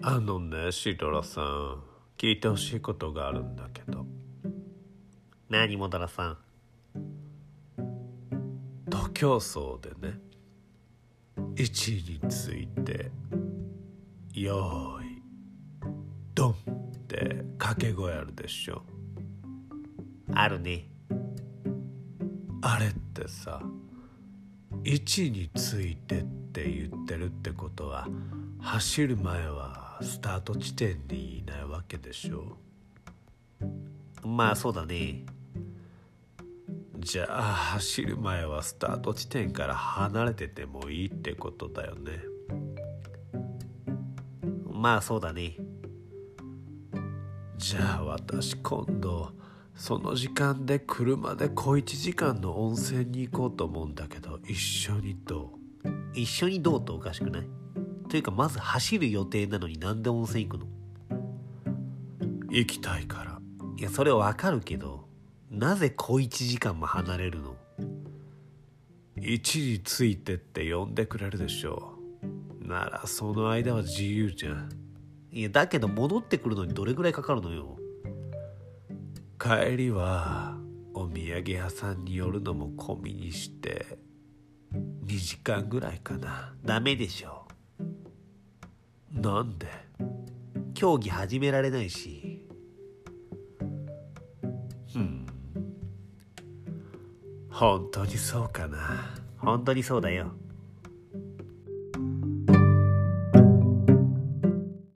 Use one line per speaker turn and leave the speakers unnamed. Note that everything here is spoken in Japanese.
あのねシドラさん聞いてほしいことがあるんだけど何もだらさん徒競走でね1位について「よーいドン」って掛け声あるでしょあるねあれってさ1についてって言ってるってことは走る前はスタート地点にいないわけでしょまあそうだねじゃあ走る前はスタート地点から離れててもいいってことだよねまあそうだねじゃあ私今度その時間で車で小1時間の温泉に行こうと思うんだけど一緒にどう一緒にどうとおかしくないというかまず走る予定なのになんで温泉行くの行きたいからいやそれはわかるけどなぜ小1時間も離れるの1についてって呼んでくれるでしょうならその間は自由じゃんいやだけど戻ってくるのにどれぐらいかかるのよ帰りはお土産屋さんに寄るのも込みにして2時間ぐらいかなダメでしょなんで競技始められないしうん本当にそうかな本当にそうだよ